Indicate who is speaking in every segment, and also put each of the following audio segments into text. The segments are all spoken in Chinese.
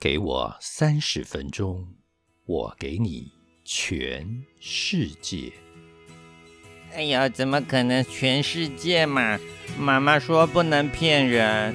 Speaker 1: 给我三十分钟，我给你全世界。
Speaker 2: 哎呀，怎么可能全世界嘛？妈妈说不能骗人。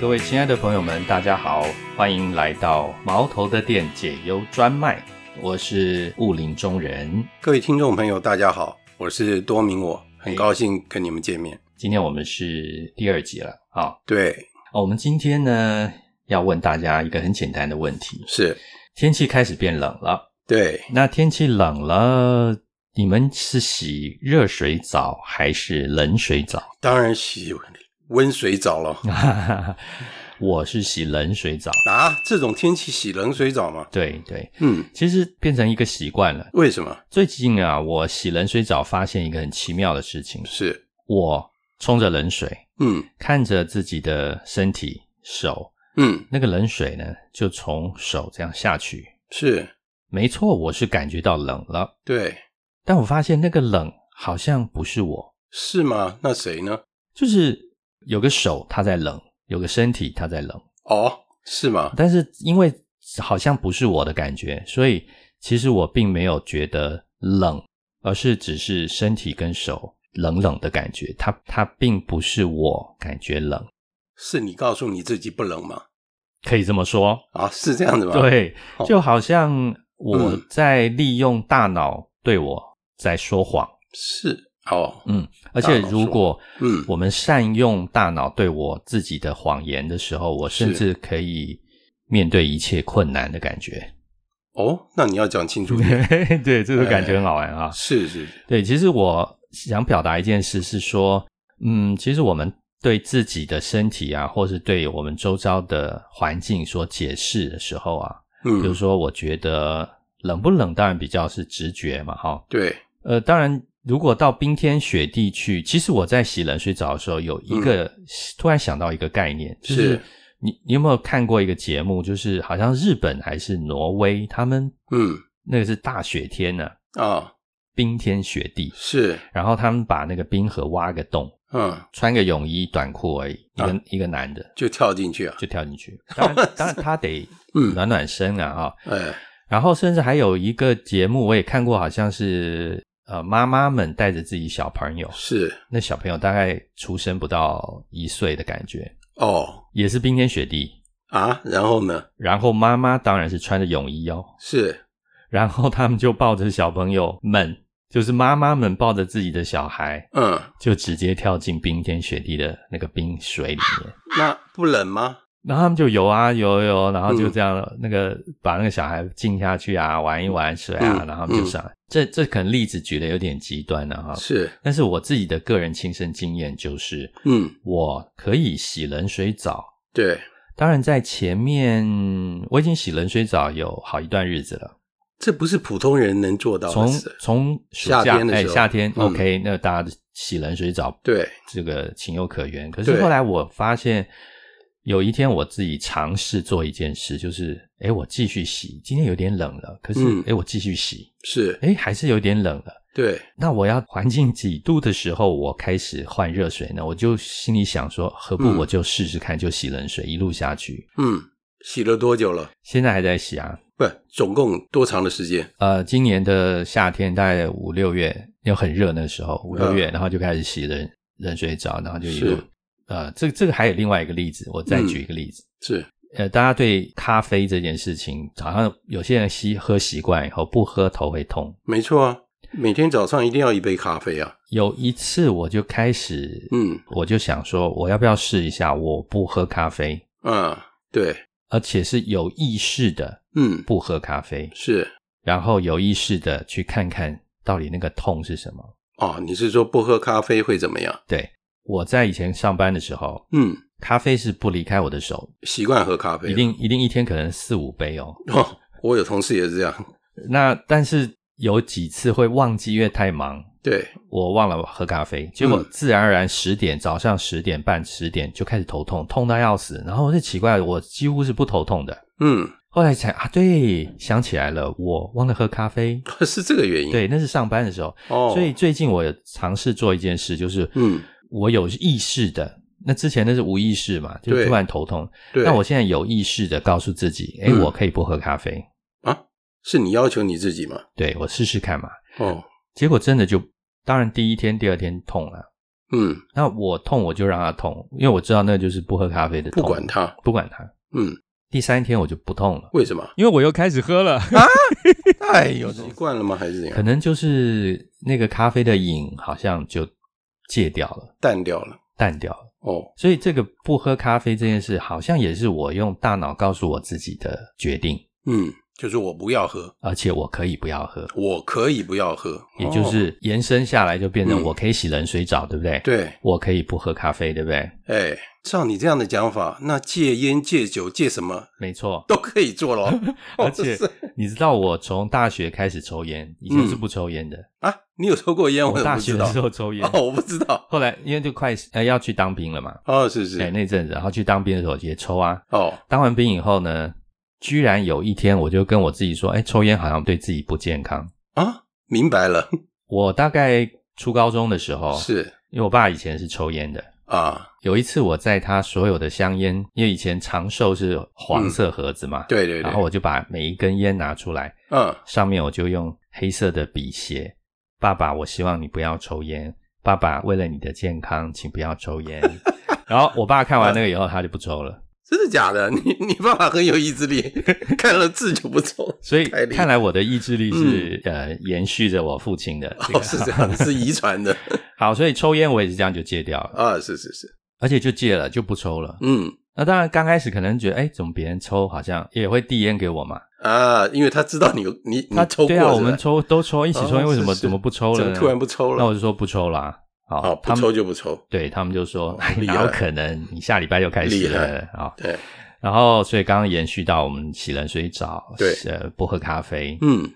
Speaker 1: 各位亲爱的朋友们，大家好，欢迎来到毛头的店解忧专卖，我是雾林中人。
Speaker 3: 各位听众朋友，大家好，我是多明我，
Speaker 1: 哎
Speaker 3: 很高兴跟你们见面。
Speaker 1: 今天我们是第二集了啊、
Speaker 3: 对，
Speaker 1: 哦我们今天呢要问大家一个很简单的问题：
Speaker 3: 是，
Speaker 1: 天气开始变冷了，
Speaker 3: 对，
Speaker 1: 那天气冷了，你们是洗热水澡还是冷水澡？
Speaker 3: 当然洗温水澡了
Speaker 1: 我是洗冷水澡。
Speaker 3: 啊！这种天气洗冷水澡吗？
Speaker 1: 对对，
Speaker 3: 嗯，
Speaker 1: 其实变成一个习惯了。
Speaker 3: 为什么？
Speaker 1: 最近啊，我洗冷水澡发现一个很奇妙的事情：
Speaker 3: 是，
Speaker 1: 我冲着冷水，
Speaker 3: 嗯
Speaker 1: 看着自己的身体、手，
Speaker 3: 嗯，
Speaker 1: 那个冷水呢就从手这样下去。
Speaker 3: 是
Speaker 1: 没错，我是感觉到冷了，
Speaker 3: 对，
Speaker 1: 但我发现那个冷好像不是我，
Speaker 3: 是吗？那谁呢？
Speaker 1: 就是有个手它在冷，有个身体它在冷，
Speaker 3: 哦，是吗？
Speaker 1: 但是因为好像不是我的感觉，所以其实我并没有觉得冷，而是只是身体跟手冷冷的感觉，它它并不是我感觉冷，
Speaker 3: 是你告诉你自己不冷吗？
Speaker 1: 可以这么说，
Speaker 3: 啊，是这样子吗？，
Speaker 1: 对，
Speaker 3: 好
Speaker 1: 就好像我
Speaker 3: 嗯
Speaker 1: 在利用大脑对我在说谎。
Speaker 3: 是哦，
Speaker 1: 嗯，而且
Speaker 3: 大脑
Speaker 1: 如果
Speaker 3: 嗯
Speaker 1: 我们善用大脑对我自己的谎言的时候，我甚
Speaker 3: 是
Speaker 1: 至可以面对一切困难的感觉。
Speaker 3: 哦，那你要讲清楚一点。
Speaker 1: 对，这个感觉很好玩啊。
Speaker 3: 嗯是是，是
Speaker 1: 对，其实我想表达一件事是说，嗯，其实我们对自己的身体啊，或是对我们周遭的环境所解释的时候啊，比如
Speaker 3: 嗯，
Speaker 1: 说，我觉得冷不冷当然比较是直觉嘛，哈。
Speaker 3: 对，
Speaker 1: 呃，当然，如果到冰天雪地去，其实我在洗冷水澡的时候，有一个、突然想到一个概念，就是
Speaker 3: 是
Speaker 1: 你你有没有看过一个节目，就是好像日本还是挪威，他们
Speaker 3: 嗯
Speaker 1: 那个是大雪天呢、
Speaker 3: 啊，
Speaker 1: 冰天雪地，
Speaker 3: 是，
Speaker 1: 然后他们把那个冰河挖个洞，
Speaker 3: 嗯，
Speaker 1: 穿个泳衣短裤而已，一个、一个男的
Speaker 3: 就跳进去啊，
Speaker 1: 就跳进去，当然当然他得
Speaker 3: 嗯
Speaker 1: 暖暖身啊啊、
Speaker 3: 哎，
Speaker 1: 然后甚至还有一个节目我也看过，好像是呃妈妈们带着自己小朋友，
Speaker 3: 是
Speaker 1: 那小朋友大概出生不到一岁的感觉，
Speaker 3: 哦
Speaker 1: 也是冰天雪地。
Speaker 3: 啊，然后呢？
Speaker 1: 然后妈妈当然是穿着泳衣哦，
Speaker 3: 是
Speaker 1: 然后他们就抱着小朋友们，就是妈妈们抱着自己的小孩，
Speaker 3: 嗯，
Speaker 1: 就直接跳进冰天雪地的那个冰水里面。
Speaker 3: 那不冷吗？
Speaker 1: 然后他们就游啊游游，然后就
Speaker 3: 嗯
Speaker 1: 这样、那个把那个小孩浸下去啊，玩一玩水啊，
Speaker 3: 嗯
Speaker 1: 然后他们就上来。这这可能例子举的有点极端了哈，
Speaker 3: 是，
Speaker 1: 但是我自己的个人亲身经验就是，
Speaker 3: 嗯，
Speaker 1: 我可以洗冷水澡。
Speaker 3: 对，
Speaker 1: 当然，在前面我已经洗冷水澡有好一段日子了，
Speaker 3: 这不是普通人能做到的
Speaker 1: 从
Speaker 3: 事。
Speaker 1: 从暑
Speaker 3: 夏
Speaker 1: 假
Speaker 3: 天的
Speaker 1: 哎
Speaker 3: 时候
Speaker 1: 夏天、
Speaker 3: 嗯
Speaker 1: OK，那大家洗冷水澡
Speaker 3: 对，
Speaker 1: 这个情有可原。可是
Speaker 3: 对
Speaker 1: 后来我发现，有一天我自己尝试做一件事，就是诶我继续洗，今天有点冷了，可是
Speaker 3: 嗯
Speaker 1: 诶我继续洗，
Speaker 3: 是，
Speaker 1: 诶还是有点冷了。
Speaker 3: 对，
Speaker 1: 那我要环境几度的时候，我开始换热水呢？我就心里想说，何不
Speaker 3: 嗯
Speaker 1: 我就试试看，就洗冷水一路下去。
Speaker 3: 嗯，洗了多久了？
Speaker 1: 现在还在洗啊，
Speaker 3: 不，总共多长的时间？
Speaker 1: 呃，今年的夏天大概五六月，又很热那时
Speaker 3: 嗯
Speaker 1: 候，五六月，然后就开始洗冷冷水澡，然后就一路
Speaker 3: 是，
Speaker 1: 呃，这这个还有另外一个例子，我再
Speaker 3: 嗯
Speaker 1: 举一个例子，
Speaker 3: 是，
Speaker 1: 呃，大家对咖啡这件事情，好像有些人吸喝习惯以后不喝头会痛。
Speaker 3: 没错啊，每天早上一定要一杯咖啡啊。
Speaker 1: 有一次我就开始，
Speaker 3: 嗯，
Speaker 1: 我就想说，我要不要试一下？我不喝咖啡，
Speaker 3: 啊，对，
Speaker 1: 而且是有意识的
Speaker 3: 嗯，
Speaker 1: 不喝咖啡，
Speaker 3: 是，
Speaker 1: 然后有意识的去看看到底那个痛是什么。
Speaker 3: 哦，你是说不喝咖啡会怎么样？
Speaker 1: 对，我在以前上班的时候，
Speaker 3: 嗯，
Speaker 1: 咖啡是不离开我的手，
Speaker 3: 习惯喝咖啡了，
Speaker 1: 一定一定一天可能四五杯哦。
Speaker 3: 哦。我有同事也是这样，
Speaker 1: 那但是有几次会忘记，因为太忙，
Speaker 3: 对，
Speaker 1: 我忘了喝咖啡，结果
Speaker 3: 嗯
Speaker 1: 自然而然十点早上十点半十点就开始头痛，痛到要死。然后我就奇怪，我几乎是不头痛的，
Speaker 3: 嗯，
Speaker 1: 后来才啊，对，想起来了，我忘了喝咖啡。
Speaker 3: 是这个原因。
Speaker 1: 对，那是上班的时候。
Speaker 3: 哦，
Speaker 1: 所以最近我有尝试做一件事，就是
Speaker 3: 嗯，
Speaker 1: 我有意识的。那之前那是无意识嘛，就是
Speaker 3: 对
Speaker 1: 突然头痛。
Speaker 3: 对，
Speaker 1: 那我现在有意识的告诉自己，哎，
Speaker 3: 嗯
Speaker 1: 我可以不喝咖啡，
Speaker 3: 啊是你要求你自己嘛？
Speaker 1: 对我试试看嘛。
Speaker 3: 哦，
Speaker 1: 结果真的就，当然第一天、第二天痛了。
Speaker 3: 嗯，
Speaker 1: 那我痛我就让它痛，因为我知道那就是不喝咖啡的痛。
Speaker 3: 不管，它，
Speaker 1: 不管它。
Speaker 3: 嗯，
Speaker 1: 第三天我就不痛了，
Speaker 3: 为什么？
Speaker 4: 因为我又开始喝了。
Speaker 3: 哎呦，习惯了吗？还是怎
Speaker 1: 可
Speaker 3: 样？
Speaker 1: 能就是那个咖啡的瘾好像就戒掉了、
Speaker 3: 淡掉了。
Speaker 1: 淡掉了。
Speaker 3: 哦，
Speaker 1: 所以这个不喝咖啡这件事，好像也是我用大脑告诉我自己的决定，
Speaker 3: 嗯，就是我不要喝，
Speaker 1: 而且我可以不要喝，
Speaker 3: 我可以不要喝，
Speaker 1: 也就
Speaker 3: 哦
Speaker 1: 是延伸下来就变成
Speaker 3: 嗯
Speaker 1: 我可以洗冷水澡，对不对？，
Speaker 3: 对。
Speaker 1: 我可以不喝咖啡，对不对？
Speaker 3: 哎，照你这样的讲法，那戒烟、戒酒、戒什么
Speaker 1: 没错。
Speaker 3: 都可以做咯。 哦
Speaker 1: 而且
Speaker 3: 是
Speaker 1: 你知道我从大学开始抽烟，以前是不抽 烟的，
Speaker 3: 啊，你有抽过烟？
Speaker 1: 我
Speaker 3: 怎么
Speaker 1: 大
Speaker 3: 嗯不
Speaker 1: 学
Speaker 3: 知
Speaker 1: 的
Speaker 3: 道？
Speaker 1: 时候抽烟。
Speaker 3: 哦，我不知道。
Speaker 1: 后来因为就快呃要去当兵了嘛，
Speaker 3: 哦，是是。
Speaker 1: 哎对那阵子，然后去当兵的时候也抽啊。
Speaker 3: 哦，
Speaker 1: 当完兵以后呢，居然有一天我就跟我自己说，哎，抽烟好像对自己不健康。
Speaker 3: 啊，明白了，
Speaker 1: 我大概初高中的时候，
Speaker 3: 是
Speaker 1: 因为我爸以前是抽烟的。
Speaker 3: 啊，
Speaker 1: 有一次我在他所有的香烟，因为以前长寿是黄色盒子嘛，
Speaker 3: 嗯对对对
Speaker 1: 然后，我就把每一根烟拿出来，
Speaker 3: 嗯，
Speaker 1: 上面我就用黑色的笔写：“爸爸，我希望你不要抽烟。爸爸，为了你的健康，请不要抽 烟。”然后我爸看完那个以后，他就不抽了。
Speaker 3: 真的 假的？你你爸爸很有意志力， 看了字就不抽，
Speaker 1: 所以
Speaker 3: 太厉害嗯
Speaker 1: 看来我的意志力是、呃延续着我父亲的这个。
Speaker 3: 哦，是这样，是遗传的
Speaker 1: 好，所以抽烟我也是这样就戒掉了，
Speaker 3: 啊，是是是，
Speaker 1: 而且就戒了，就不抽了。
Speaker 3: 嗯
Speaker 1: 那当然刚开始可能觉得，哎，怎么别人抽好像也会递烟给我嘛？
Speaker 3: 啊，因为他知道你有你你
Speaker 1: 他
Speaker 3: 抽过，
Speaker 1: 对啊，
Speaker 3: 是吧
Speaker 1: 我们抽都抽一起抽
Speaker 3: 哦
Speaker 1: 烟，为什么
Speaker 3: 是是
Speaker 1: 怎么不抽
Speaker 3: 怎
Speaker 1: 了
Speaker 3: 么
Speaker 1: 呢？
Speaker 3: 突然不抽
Speaker 1: 那我
Speaker 3: 了？
Speaker 1: 就说不抽啦。
Speaker 3: 哦，
Speaker 1: 好，
Speaker 3: 不
Speaker 1: 他们
Speaker 3: 抽就不抽，
Speaker 1: 对他们就说，哎，
Speaker 3: 厉害
Speaker 1: 哪有可能？你下礼拜就开始
Speaker 3: 厉
Speaker 1: 了啊、
Speaker 3: 对，
Speaker 1: 然后，所以刚刚延续到我们洗冷水澡，
Speaker 3: 对
Speaker 1: 呃，不喝咖啡。
Speaker 3: 嗯，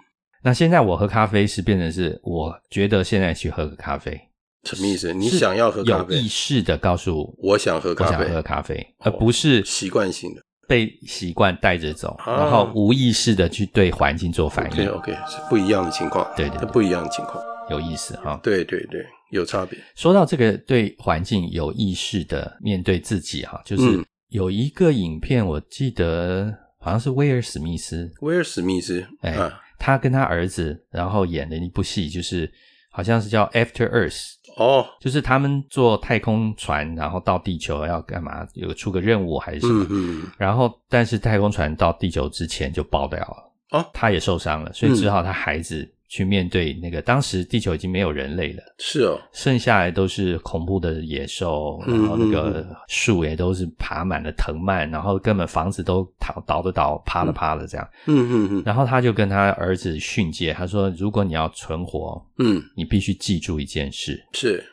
Speaker 1: 那现在我喝咖啡是变成是，我觉得现在去喝个咖啡，
Speaker 3: 什么意思？你
Speaker 1: 是
Speaker 3: 想要喝咖
Speaker 1: 有
Speaker 3: 啡
Speaker 1: 意？识的告诉
Speaker 3: 我想喝
Speaker 1: 我
Speaker 3: 咖
Speaker 1: 想
Speaker 3: 啡
Speaker 1: 喝，咖啡，
Speaker 3: 哦
Speaker 1: 而不是
Speaker 3: 习惯性的。
Speaker 1: 被习惯带着走，
Speaker 3: 啊
Speaker 1: 然后无意识的去对环境做反
Speaker 3: OK
Speaker 1: 应，
Speaker 3: OK，是不一样的情况，
Speaker 1: 对对对
Speaker 3: 不一样的情况，
Speaker 1: 有意思哈、
Speaker 3: 对对对，有差别。
Speaker 1: 说到这个对环境有意识的面对自己哈、就是
Speaker 3: 嗯
Speaker 1: 有一个影片，我记得好像是威尔史密斯，
Speaker 3: 威尔史密斯，
Speaker 1: 哎
Speaker 3: 啊，
Speaker 1: 他跟他儿子然后演的一部戏，就是好像是叫《After Earth》，
Speaker 3: 哦，
Speaker 1: 就是他们坐太空船，然后到地球要干嘛？有出个任务还是什么？
Speaker 3: 嗯嗯，
Speaker 1: 然后但是太空船到地球之前就爆掉了，
Speaker 3: 哦嗯
Speaker 1: 他也受伤了，所以只好他孩子去面对那个、当时地球已经没有人类了。
Speaker 3: 是哦，
Speaker 1: 剩下来都是恐怖的野兽，
Speaker 3: 嗯
Speaker 1: 然后那个树也都是爬满了藤蔓，然后根本房子都倒倒的倒，趴的趴的这样。
Speaker 3: 嗯嗯嗯
Speaker 1: 然后他就跟他儿子训诫，他说：“如果你要存活，
Speaker 3: 嗯，
Speaker 1: 你必须记住一件事，
Speaker 3: 是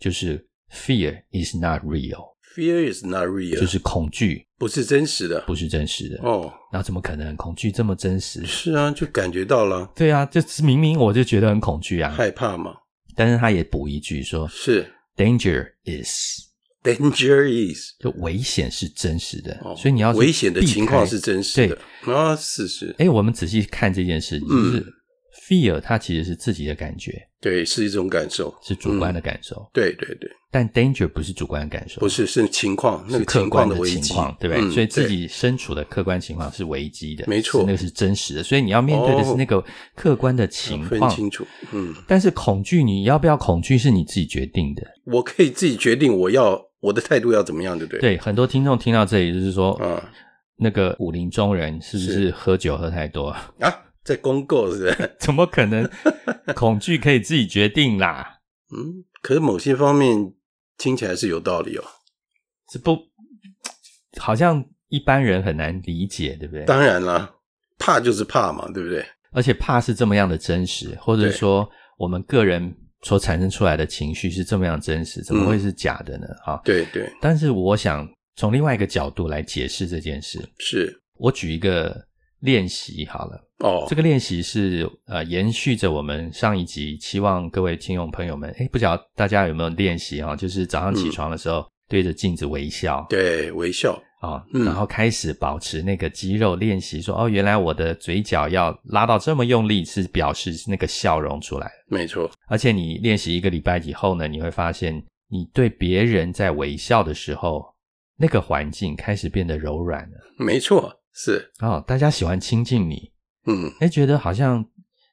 Speaker 1: 就是 fear is not real，
Speaker 3: Fear is not real，
Speaker 1: 就是恐惧
Speaker 3: 不是真实的
Speaker 1: 不是真实的。
Speaker 3: 哦，
Speaker 1: 那怎么可能恐惧这么真实？
Speaker 3: 是啊，就感觉到了
Speaker 1: 对啊，就是明明我就觉得很恐惧啊，
Speaker 3: 害怕嘛，
Speaker 1: 但是他也补一句说
Speaker 3: 是
Speaker 1: ：danger is。”
Speaker 3: danger is
Speaker 1: 就危险是真实的，
Speaker 3: 哦，
Speaker 1: 所以你要是
Speaker 3: 危险的
Speaker 1: 避
Speaker 3: 情
Speaker 1: 开
Speaker 3: 况是真实的
Speaker 1: 对，
Speaker 3: 啊，是是，
Speaker 1: 哎，我们仔细看这件事，就
Speaker 3: 嗯
Speaker 1: 是 fear 它其实是自己的感觉，
Speaker 3: 对，是一种感受，嗯
Speaker 1: 是主观的感受，
Speaker 3: 对对对，
Speaker 1: 但 danger 不是主观的感受，
Speaker 3: 不是是情况，那
Speaker 1: 是
Speaker 3: 个
Speaker 1: 客
Speaker 3: 情
Speaker 1: 观
Speaker 3: 况
Speaker 1: 的
Speaker 3: 危
Speaker 1: 情
Speaker 3: 机
Speaker 1: 况，，对不对？
Speaker 3: 嗯
Speaker 1: 所以自己身处的客观情况是危机的，
Speaker 3: 没错
Speaker 1: 是那个是真实的，所以你要面对的是
Speaker 3: 哦啊
Speaker 1: 那个客观的情
Speaker 3: 分
Speaker 1: 况。
Speaker 3: 清楚，嗯。
Speaker 1: 但是恐惧，你要不要恐惧是你自己决定的。
Speaker 3: 我可以自己决定我要我的态度要怎么样，对不对？，
Speaker 1: 对，很多听众听到这里就是说，
Speaker 3: 嗯
Speaker 1: 那个武林中人是不是喝酒喝太多？
Speaker 3: 啊，在公购是不是？
Speaker 1: 怎么可能？恐惧可以自己决定啦。
Speaker 3: 嗯，可是某些方面听起来是有道理哦。
Speaker 1: 这不好像一般人很难理解，对不对？
Speaker 3: 当然啦，怕就是怕嘛，对不对？
Speaker 1: 而且怕是这么样的真实，或者
Speaker 3: 对
Speaker 1: 说我们个人所产生出来的情绪是这么样真实，怎
Speaker 3: 嗯
Speaker 1: 么会是假的呢？啊、
Speaker 3: 对对
Speaker 1: 但是我想从另外一个角度来解释这件事。
Speaker 3: 是
Speaker 1: 我举一个练习好了，
Speaker 3: 哦，
Speaker 1: 这个练习是呃延续着我们上一集，期望各位听众朋友们，哎，不晓得大家有没有练习啊？就是早上起
Speaker 3: 嗯
Speaker 1: 床的时候对着镜子微笑，
Speaker 3: 对微笑
Speaker 1: 哦，
Speaker 3: 嗯
Speaker 1: 然后开始保持那个肌肉练习，说哦，原来我的嘴角要拉到这么用力，是表示那个笑容出来了。
Speaker 3: 没错，
Speaker 1: 而且你练习一个礼拜以后呢，你会发现你对别人在微笑的时候，那个环境开始变得柔软了。
Speaker 3: 没错，是，
Speaker 1: 哦，大家喜欢亲近你，
Speaker 3: 嗯，
Speaker 1: 哎，觉得好像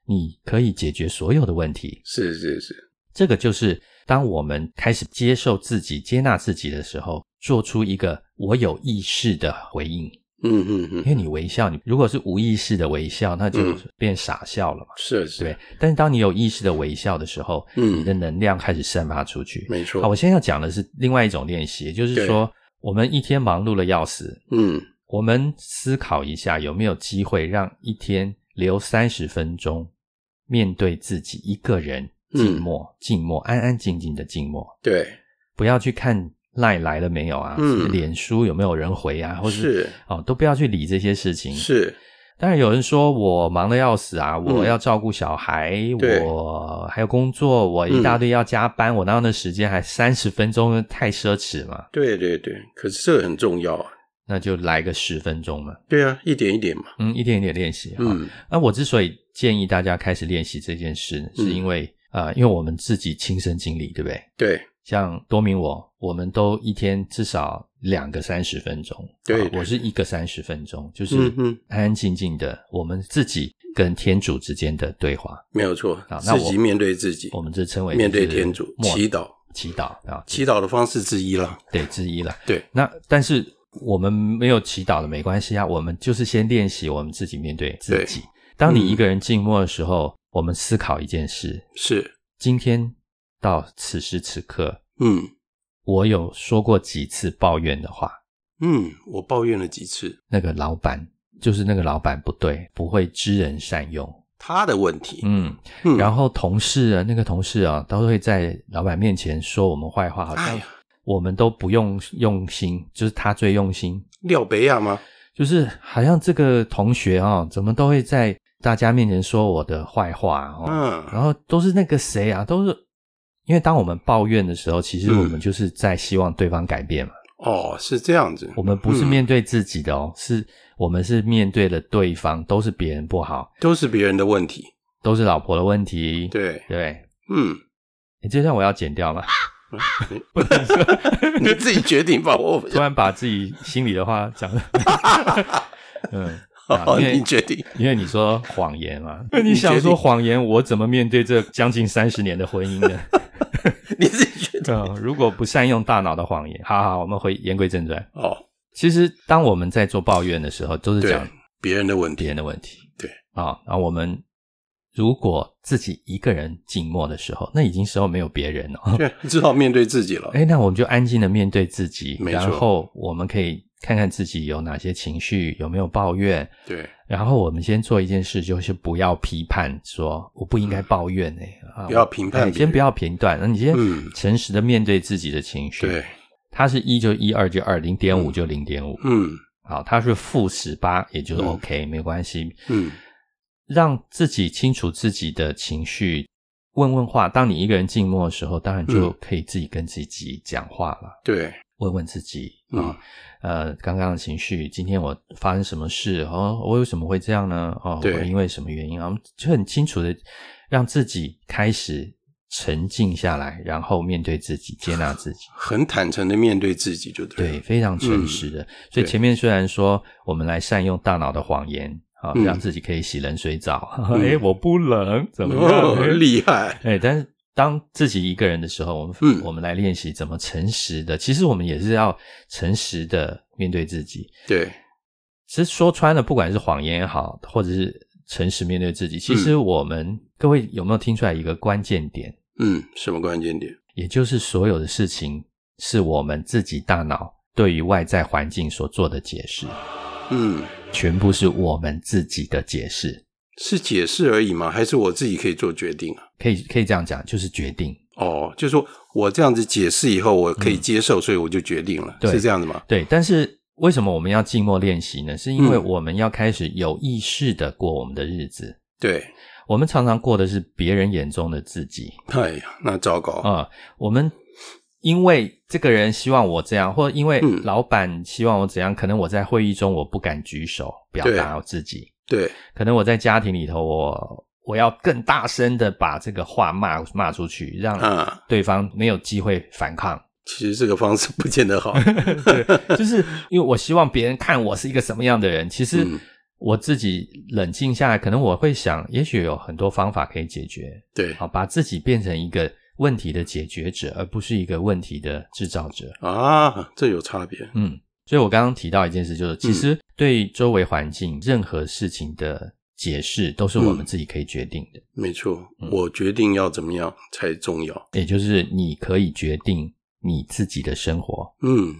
Speaker 1: 你可以解决所有的问题。
Speaker 3: 是是是，
Speaker 1: 这个就是当我们开始接受自己、接纳自己的时候，做出一个我有意识的回应。
Speaker 3: 嗯嗯
Speaker 1: 因为
Speaker 3: 嗯，
Speaker 1: 你微笑，你如果是无意识的微笑，那就
Speaker 3: 嗯
Speaker 1: 变傻笑了嘛，
Speaker 3: 是
Speaker 1: 对
Speaker 3: 是
Speaker 1: 不，对。但是当你有意识的微笑的时候，
Speaker 3: 嗯
Speaker 1: 你的能量开始散发出去。
Speaker 3: 没
Speaker 1: 好，我
Speaker 3: 错，
Speaker 1: 现在要讲的是另外一种练习，也就是
Speaker 3: 对
Speaker 1: 说，我们一天忙碌的要死，
Speaker 3: 嗯，
Speaker 1: 我们思考一下有没有机会让一天留三十分钟，面对自己一个人，
Speaker 3: 嗯
Speaker 1: 静默，静默，安安静静的静默，
Speaker 3: 对，
Speaker 1: 不要去看赖来了没有啊，
Speaker 3: 嗯
Speaker 1: 脸书有没有人回啊，或是
Speaker 3: 是
Speaker 1: 哦，都不要去理这些事情。
Speaker 3: 是，
Speaker 1: 当然有人说我忙得要死啊，我
Speaker 3: 嗯
Speaker 1: 要照顾小孩，
Speaker 3: 对嗯
Speaker 1: 我还有工作，我一大堆要加班，我哪有那时间还三十分钟，太奢侈嘛，
Speaker 3: 对对对，可是这很重要啊，
Speaker 1: 那就来个十分钟嘛，
Speaker 3: 对啊，一点一点嘛，
Speaker 1: 嗯，一点一点练习哈。
Speaker 3: 嗯，
Speaker 1: 那我之所以建议大家开始练习这件事，
Speaker 3: 嗯
Speaker 1: 是因为呃，因为我们自己亲身经历，对不对？
Speaker 3: 对，
Speaker 1: 像多明我，我们都一天至少两个三十分钟，
Speaker 3: 对
Speaker 1: 啊
Speaker 3: 对
Speaker 1: 我是一个三十分钟，就是
Speaker 3: 嗯嗯，
Speaker 1: 安安静静的我们自己跟天主之间的对话，
Speaker 3: 没有错
Speaker 1: 好，啊那
Speaker 3: 自
Speaker 1: 我
Speaker 3: 己面对自己，
Speaker 1: 我们这称为
Speaker 3: 面对
Speaker 1: 就是
Speaker 3: 天主
Speaker 1: 默
Speaker 3: 祈祷，
Speaker 1: 祈祷啊，
Speaker 3: 祈祷的方式之一啦，
Speaker 1: 对之一了。
Speaker 3: 对，
Speaker 1: 那但是我们没有祈祷的没关系啊，我们就是先练习我们自己面对自己。当你一个人静默的时候，我们思考一件事：
Speaker 3: 是，
Speaker 1: 今天到此时此刻，
Speaker 3: 嗯
Speaker 1: 我有说过几次抱怨的话？
Speaker 3: 嗯，我抱怨了几次
Speaker 1: 那个老板就是那个老板不对，不会知人善用。
Speaker 3: 他的问题，
Speaker 1: 嗯，
Speaker 3: 嗯，
Speaker 1: 然后同事啊，那个同事啊，都会在老板面前说我们坏话，好
Speaker 3: 哎
Speaker 1: 像
Speaker 3: 呀，
Speaker 1: 我们都不用用心，就是他最用心。
Speaker 3: 廖北亚吗？
Speaker 1: 就是好像这个同学哦，怎么都会在大家面前说我的坏话哦，
Speaker 3: 嗯，
Speaker 1: 然后都是那个谁啊，都是因为当我们抱怨的时候，其实
Speaker 3: 嗯
Speaker 1: 我们就是在希望对方改变嘛，
Speaker 3: 哦，是这样子，
Speaker 1: 我们不是
Speaker 3: 嗯
Speaker 1: 面对自己的哦，是我们是面对了对方，都是别人不好，
Speaker 3: 都是别人的问题，
Speaker 1: 都是老婆的问题，
Speaker 3: 对，
Speaker 1: 对不对，
Speaker 3: 嗯，
Speaker 1: 你这段我要剪掉吗？
Speaker 3: 你自己决定吧，我
Speaker 1: 突然把自己心里的话讲 了，嗯。啊
Speaker 3: 好，
Speaker 1: 因为
Speaker 3: 你决定，
Speaker 1: 因为你说谎言嘛，那你想说谎言，我怎么面对这将近三十年的婚姻 呢？
Speaker 3: 你自己决定。
Speaker 1: 嗯，如果不善用大脑的谎言，好好，我们回言归正传。
Speaker 3: 哦，
Speaker 1: 其实，当我们在做抱怨的时候，都是
Speaker 3: 对
Speaker 1: 讲
Speaker 3: 别人的问
Speaker 1: 别
Speaker 3: 题，
Speaker 1: 人的问题。
Speaker 3: 对
Speaker 1: 啊，然后我们如果自己一个人静默的时候，那已经时候没有别人了。
Speaker 3: 对， 只好面对自己了。
Speaker 1: 哦哎，那我们就安静的面对自己，
Speaker 3: 没错
Speaker 1: 然后我们可以看看自己有哪些情绪，有没有抱怨。
Speaker 3: 对，
Speaker 1: 然后我们先做一件事，就是不要批判，说我不应该抱怨哎、啊
Speaker 3: 不要评判
Speaker 1: 哎
Speaker 3: 别人
Speaker 1: 先不要评断，那你先
Speaker 3: 嗯
Speaker 1: 诚实的面对自己的情绪。
Speaker 3: 对，
Speaker 1: 它是一就一，二就二，零点五就零点五。
Speaker 3: 嗯
Speaker 1: 好，它是负十八，也就是
Speaker 3: 嗯
Speaker 1: OK，、没关系。
Speaker 3: 嗯，
Speaker 1: 让自己清楚自己的情绪，问问话。当你一个人静默的时候，当然就
Speaker 3: 嗯
Speaker 1: 可以自己跟自己讲话了，
Speaker 3: 对，
Speaker 1: 问问自己啊、
Speaker 3: 嗯
Speaker 1: 呃，刚刚的情绪，今天我发生什么事？哦，我为什么会这样呢？哦，我
Speaker 3: 对
Speaker 1: 因为什么原因啊？我们就很清楚的让自己开始沉静下来，然后面对自己，接纳自己。
Speaker 3: 很坦诚的面对自己就对
Speaker 1: 对，
Speaker 3: 了。
Speaker 1: 非常诚实的。所以
Speaker 3: 嗯对
Speaker 1: 前面虽然说我们来善用大脑的谎言啊，
Speaker 3: 嗯
Speaker 1: 让自己可以洗冷水澡。
Speaker 3: 嗯
Speaker 1: 哎、我不冷，怎么
Speaker 3: 哦，
Speaker 1: 样？
Speaker 3: 厉害，
Speaker 1: 哎、但是当自己一个人的时候，我们、
Speaker 3: 嗯
Speaker 1: 我们来练习怎么诚实的。其实我们也是要诚实的面对自己。
Speaker 3: 对，
Speaker 1: 其实说穿了，不管是谎言也好，或者是诚实面对自己，其实我们、各位有没有听出来一个关键点？
Speaker 3: 嗯，什么关键点？
Speaker 1: 也就是所有的事情是我们自己大脑对于外在环境所做的解释，
Speaker 3: 嗯，
Speaker 1: 全部是我们自己的解释，
Speaker 3: 是解释而已吗？还是我自己可以做决定啊？
Speaker 1: 可以可以这样讲，就是决定。
Speaker 3: 哦，就是说我这样子解释以后，我可以接受，所以我就决定了，
Speaker 1: 嗯对
Speaker 3: 是这样子吗？
Speaker 1: 对，但是为什么我们要静默练习呢？是因为
Speaker 3: 嗯
Speaker 1: 我们要开始有意识的过我们的日子。
Speaker 3: 对，
Speaker 1: 我们常常过的是别人眼中的自己哦
Speaker 3: 哎呀，那糟糕，
Speaker 1: 呃啊、我们因为这个人希望我这样，或因为
Speaker 3: 嗯
Speaker 1: 老板希望我怎样，可能我在会议中我不敢举手表达我自己，
Speaker 3: 对，
Speaker 1: 可能我在家庭里头我我要更大声的把这个话骂骂出去，让
Speaker 3: 啊，
Speaker 1: 对方没有机会反抗。
Speaker 3: 其实这个方式 不见得好。
Speaker 1: 对，就是因为我希望别人看我是一个什么样的人。其实
Speaker 3: 嗯
Speaker 1: 我自己冷静下来，可能我会想，也许有很多方法可以解决，
Speaker 3: 对
Speaker 1: 好，把自己变成一个问题的解决者，而不是一个问题的制造者。
Speaker 3: 啊，这有差别。
Speaker 1: 嗯，所以我刚刚提到一件事，就是
Speaker 3: 嗯
Speaker 1: 其实对周围环境任何事情的解释，都是我们
Speaker 3: 嗯
Speaker 1: 自己可以决定的，
Speaker 3: 没错
Speaker 1: 嗯，
Speaker 3: 我决定要怎么样才重要。
Speaker 1: 也就是你可以决定你自己的生活。
Speaker 3: 嗯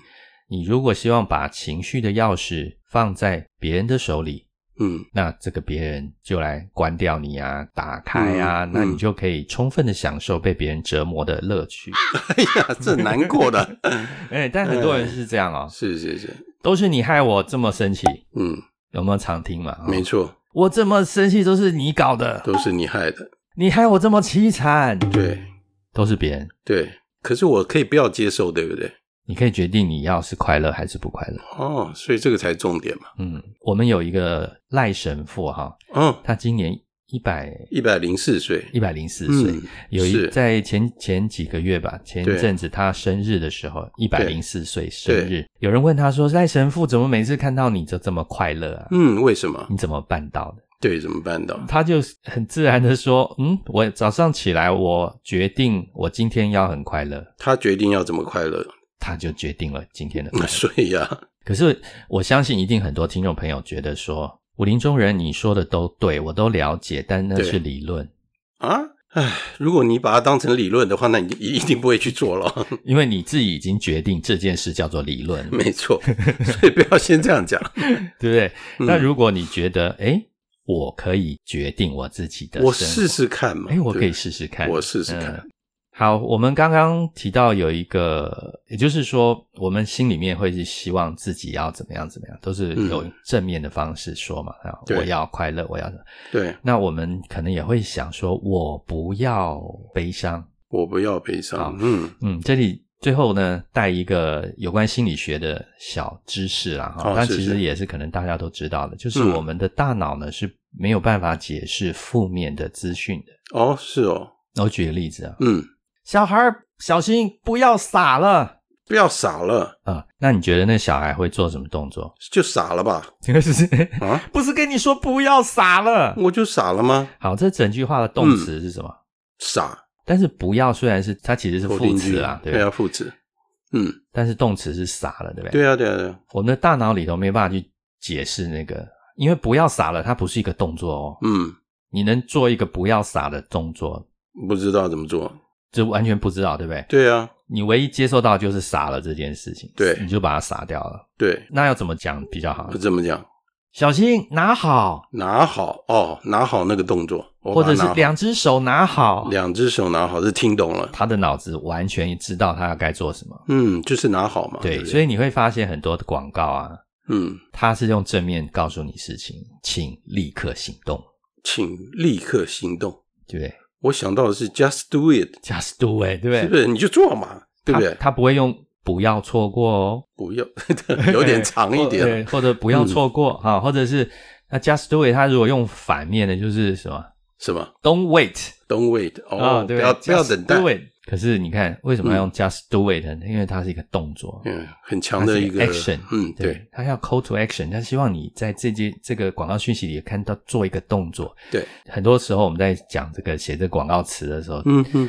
Speaker 1: 你如果希望把情绪的钥匙放在别人的手里，
Speaker 3: 嗯
Speaker 1: 那这个别人就来关掉你啊，打开啊，
Speaker 3: 嗯
Speaker 1: 那
Speaker 3: 嗯
Speaker 1: 你就可以充分的享受被别人折磨的乐趣。
Speaker 3: 哎呀，这难过的。
Speaker 1: 哎、但很多人是这样哦，
Speaker 3: 是是是，
Speaker 1: 都是你害我这么生气，
Speaker 3: 嗯，
Speaker 1: 有没有常听嘛？哦
Speaker 3: 没，错，
Speaker 1: 我这么生气都是你搞的，
Speaker 3: 都是你害的。
Speaker 1: 你害我这么凄惨，
Speaker 3: 对
Speaker 1: 都是别人。
Speaker 3: 对，可是我可以不要接受，对不对？
Speaker 1: 你可以决定你要是快乐还是不快乐。
Speaker 3: 哦，所以这个才重点嘛。
Speaker 1: 嗯，我们有一个赖神父哈、
Speaker 3: 嗯，
Speaker 1: 他今年一百
Speaker 3: 一百零四岁。
Speaker 1: 一百零四岁，
Speaker 3: 嗯，
Speaker 1: 有一
Speaker 3: 是
Speaker 1: 在前前几个月吧，前
Speaker 3: 对
Speaker 1: 阵子他生日的时候，一百零四岁生
Speaker 3: 对
Speaker 1: 日，有人问他说：“赖神父怎么每次看到你就这么快乐啊？
Speaker 3: 嗯，为什么？
Speaker 1: 你怎么办到的
Speaker 3: 对，怎么办到？”？
Speaker 1: 他就很自然的说：“嗯，我早上起来，我决定我今天要很快乐。
Speaker 3: 他决定要怎么快乐，”
Speaker 1: 他就决定了今天的快乐。
Speaker 3: 所以呀、
Speaker 1: 可是我相信，一定很多听众朋友觉得说：“武林中人，你说的都对，我都了解，但那
Speaker 3: 对
Speaker 1: 是理论，
Speaker 3: 啊，唉，如果你把它当成理论的话，那你就一定不会去做了。
Speaker 1: 因为你自己已经决定这件事叫做理论。”
Speaker 3: 没错，所以不要先这样讲。
Speaker 1: 对不对？
Speaker 3: 嗯
Speaker 1: 那如果你觉得，哎，我可以决定我自己的生活，
Speaker 3: 我试试看嘛。
Speaker 1: 哎，我可以
Speaker 3: 对
Speaker 1: 试试看，
Speaker 3: 我试试看
Speaker 1: 嗯好，我们刚刚提到有一个，也就是说，我们心里面会是希望自己要怎么样怎么样，都是
Speaker 3: 嗯
Speaker 1: 有正面的方式说嘛，啊、
Speaker 3: 对
Speaker 1: 我要快乐，我要什么。
Speaker 3: 对，
Speaker 1: 那我们可能也会想说，我不要悲伤。
Speaker 3: 我不要悲
Speaker 1: 好
Speaker 3: 伤。嗯，
Speaker 1: 嗯，这里最后呢，带一个有关心理学的小知识啦，哈、
Speaker 3: 哦
Speaker 1: 但
Speaker 3: 是
Speaker 1: 其
Speaker 3: 是
Speaker 1: 实也是可能大家都知道的，就是
Speaker 3: 嗯
Speaker 1: 我们的大脑呢是没有办法解释负面的资讯的。
Speaker 3: 哦，是哦，
Speaker 1: 那我举个例子啊，
Speaker 3: 嗯，
Speaker 1: 小孩儿小心不要傻了
Speaker 3: 不要傻了，
Speaker 1: 啊、那你觉得那小孩会做什么动作？
Speaker 3: 就傻了吧？
Speaker 1: 就是
Speaker 3: 啊，嗯
Speaker 1: 不是跟你说不要傻了？
Speaker 3: 我就傻了吗？
Speaker 1: 好，这整句话的动词是什么？
Speaker 3: 傻，
Speaker 1: 但是不要虽然是它其实是
Speaker 3: 嗯否
Speaker 1: 副
Speaker 3: 定
Speaker 1: 词
Speaker 3: 句
Speaker 1: 啦，对
Speaker 3: 对
Speaker 1: 吧
Speaker 3: 啊，副词。嗯，
Speaker 1: 但是动词是傻了，对不对？
Speaker 3: 对啊，对啊，对啊，
Speaker 1: 我们的大脑里头没办法去解释那个，因为不要傻了，它不是一个动作哦。
Speaker 3: 嗯，
Speaker 1: 你能做一个不要傻的动作，
Speaker 3: 不知道怎么做。
Speaker 1: 这完全不知道，对不对？
Speaker 3: 对啊，
Speaker 1: 你唯一接受到就是傻了这件事情，
Speaker 3: 对
Speaker 1: 你就把它傻掉了。
Speaker 3: 对，
Speaker 1: 那要怎么讲比较好
Speaker 3: 不？怎么讲，
Speaker 1: 小心拿好，
Speaker 3: 拿好哦，拿好那个动作，我
Speaker 1: 或
Speaker 3: 把它
Speaker 1: 者是
Speaker 3: 拿好嗯
Speaker 1: 两只手拿好。
Speaker 3: 两只手拿好，是听懂了。
Speaker 1: 他的脑子完全知道他要该做什么，
Speaker 3: 嗯，就是拿好嘛。
Speaker 1: 哦
Speaker 3: 对
Speaker 1: 对，
Speaker 3: 不对，
Speaker 1: 所
Speaker 3: 以
Speaker 1: 以你会发现很多的广告啊，
Speaker 3: 嗯，
Speaker 1: 它是用正面告诉你事情，请立刻行动，
Speaker 3: 请立刻行动。
Speaker 1: 对不对
Speaker 3: 我想到的是 just do it，
Speaker 1: ？Just do it，对不对？
Speaker 3: 是不是？你就做嘛，对不对
Speaker 1: 他？他不会用不要错过哦，
Speaker 3: 不要， 有点长一
Speaker 1: 对，
Speaker 3: 点，
Speaker 1: 或者不要错过啊，或者是那 just do it，他如果用反面的，就是什么
Speaker 3: 是吧
Speaker 1: don't wait
Speaker 3: ？Don't wait，
Speaker 1: 啊，
Speaker 3: 哦，不
Speaker 1: 对
Speaker 3: 要不要
Speaker 1: just
Speaker 3: 等待
Speaker 1: do，it。可是你看，为什么要用 just do it 呢？因为它是一个动作，
Speaker 3: 嗯，很强
Speaker 1: 它是
Speaker 3: 的一
Speaker 1: 个 action，
Speaker 3: 嗯，对，
Speaker 1: 它要 call to action，它希望你在这些这个广告讯息里看到做一个动作。
Speaker 3: 对，
Speaker 1: 很多时候我们在讲这个写这广告词的时候，
Speaker 3: 嗯哼，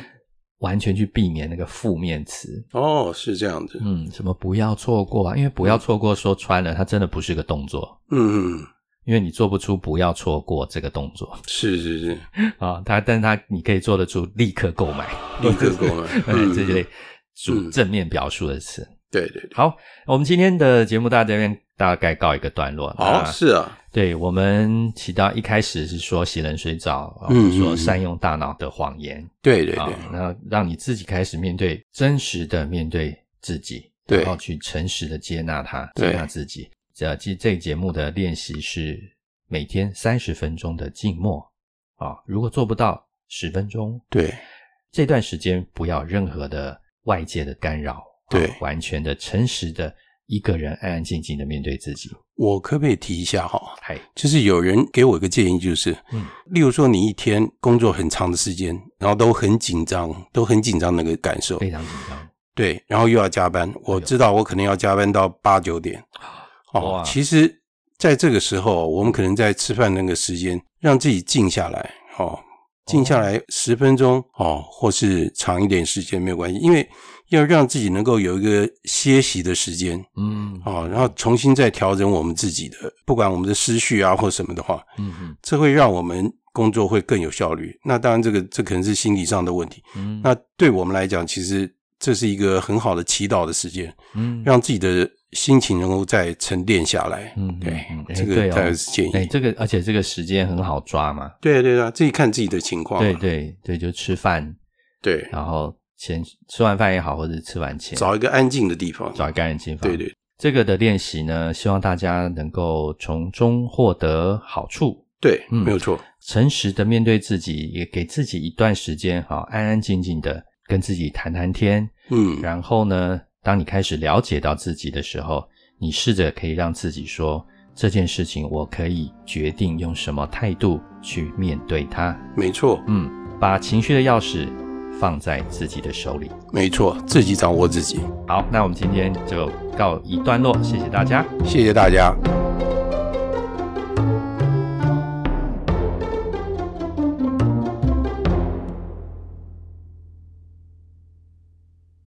Speaker 1: 完全去避免那个负面词，
Speaker 3: 哦，是这样子，
Speaker 1: 嗯，什么不要错过啊，因为不要错过说穿了，它真的不是个动作，
Speaker 3: 嗯，
Speaker 1: 因为你做不出不要错过这个动 作
Speaker 3: 是是是，
Speaker 1: 啊，它但它你可以做得出立刻购买，，
Speaker 3: 立刻购买
Speaker 1: 嗯，这一类主
Speaker 3: 嗯
Speaker 1: 正面表述的词。
Speaker 3: 对对对，
Speaker 1: 好，我们今天的节目到这边大概告一个段落。
Speaker 3: 哦，
Speaker 1: 那
Speaker 3: 是啊，
Speaker 1: 对我们提到一开始是说洗冷水澡，啊
Speaker 3: 嗯嗯
Speaker 1: 说
Speaker 3: 嗯
Speaker 1: 善用大脑的谎言
Speaker 3: 对对
Speaker 1: 啊
Speaker 3: 对，，
Speaker 1: 那让你自己开始面对真实的面对自己，
Speaker 3: 对
Speaker 1: 然后去诚实的接纳它，接
Speaker 3: 对
Speaker 1: 纳自己。这其实这个节目的练习是每天三十分钟的静默啊，如果做不到十分钟，
Speaker 3: 对，
Speaker 1: 这段时间不要任何的外界的干扰，
Speaker 3: 对
Speaker 1: 啊完全的诚实的一个人安安静静的面对自己。
Speaker 3: 我可不可以提一下哈？
Speaker 1: 嗨，
Speaker 3: 就是有人给我一个建议，就是，
Speaker 1: 嗯
Speaker 3: 例如说你一天工作很长的时间，然后都很紧张，都很紧张那个感受，
Speaker 1: 非常紧张。
Speaker 3: 对，然后又要加
Speaker 1: 哎
Speaker 3: 班，我知道我可能要加班到八九点。哦
Speaker 1: 哇，
Speaker 3: 其实在这个时候，我们可能在吃饭那个时间，让自己静下来，哦，静下来十分钟，哦，或是长一点时间没有关系，因为要让自己能够有一个歇息的时间，
Speaker 1: 嗯
Speaker 3: 哦，然后重新再调整我们自己的，不管我们的思绪啊或什么的话，
Speaker 1: 嗯嗯
Speaker 3: 这会让我们工作会更有效率。那当然，这个这可能是心理上的问题，
Speaker 1: 嗯，
Speaker 3: 那对我们来讲，其实这是一个很好的祈祷的时间，
Speaker 1: 嗯
Speaker 3: 让自己的心情能够再沉淀下来。
Speaker 1: 嗯
Speaker 3: 对
Speaker 1: 嗯嗯，
Speaker 3: 这
Speaker 1: 哎对
Speaker 3: 个
Speaker 1: 哦
Speaker 3: 大概是建
Speaker 1: 哎，
Speaker 3: 议。
Speaker 1: 这个而且这个时间很好抓嘛。
Speaker 3: 对啊对啊，自己看自己的情况
Speaker 1: 对
Speaker 3: 嘛。
Speaker 1: 对对，就吃饭，
Speaker 3: 对，
Speaker 1: 然后前吃完饭也好，或者吃完前
Speaker 3: 找一个安静的地方。
Speaker 1: 找一个安静房。
Speaker 3: 对对
Speaker 1: 这个的练习呢，希望大家能够从中获得好处。
Speaker 3: 对，
Speaker 1: 嗯
Speaker 3: 没有错。
Speaker 1: 诚实的面对自己，也给自己一段时间，哈，安安静静的跟自己谈谈天。
Speaker 3: 嗯，
Speaker 1: 然后呢，当你开始了解到自己的时候，你试着可以让自己说这件事情，我可以决定用什么态度去面对它。
Speaker 3: 没错，
Speaker 1: 嗯，把情绪的钥匙放在自己的手里。
Speaker 3: 没错，自己掌握自己。
Speaker 1: 好，那我们今天就告一段落，谢谢大家。
Speaker 3: 谢谢大家，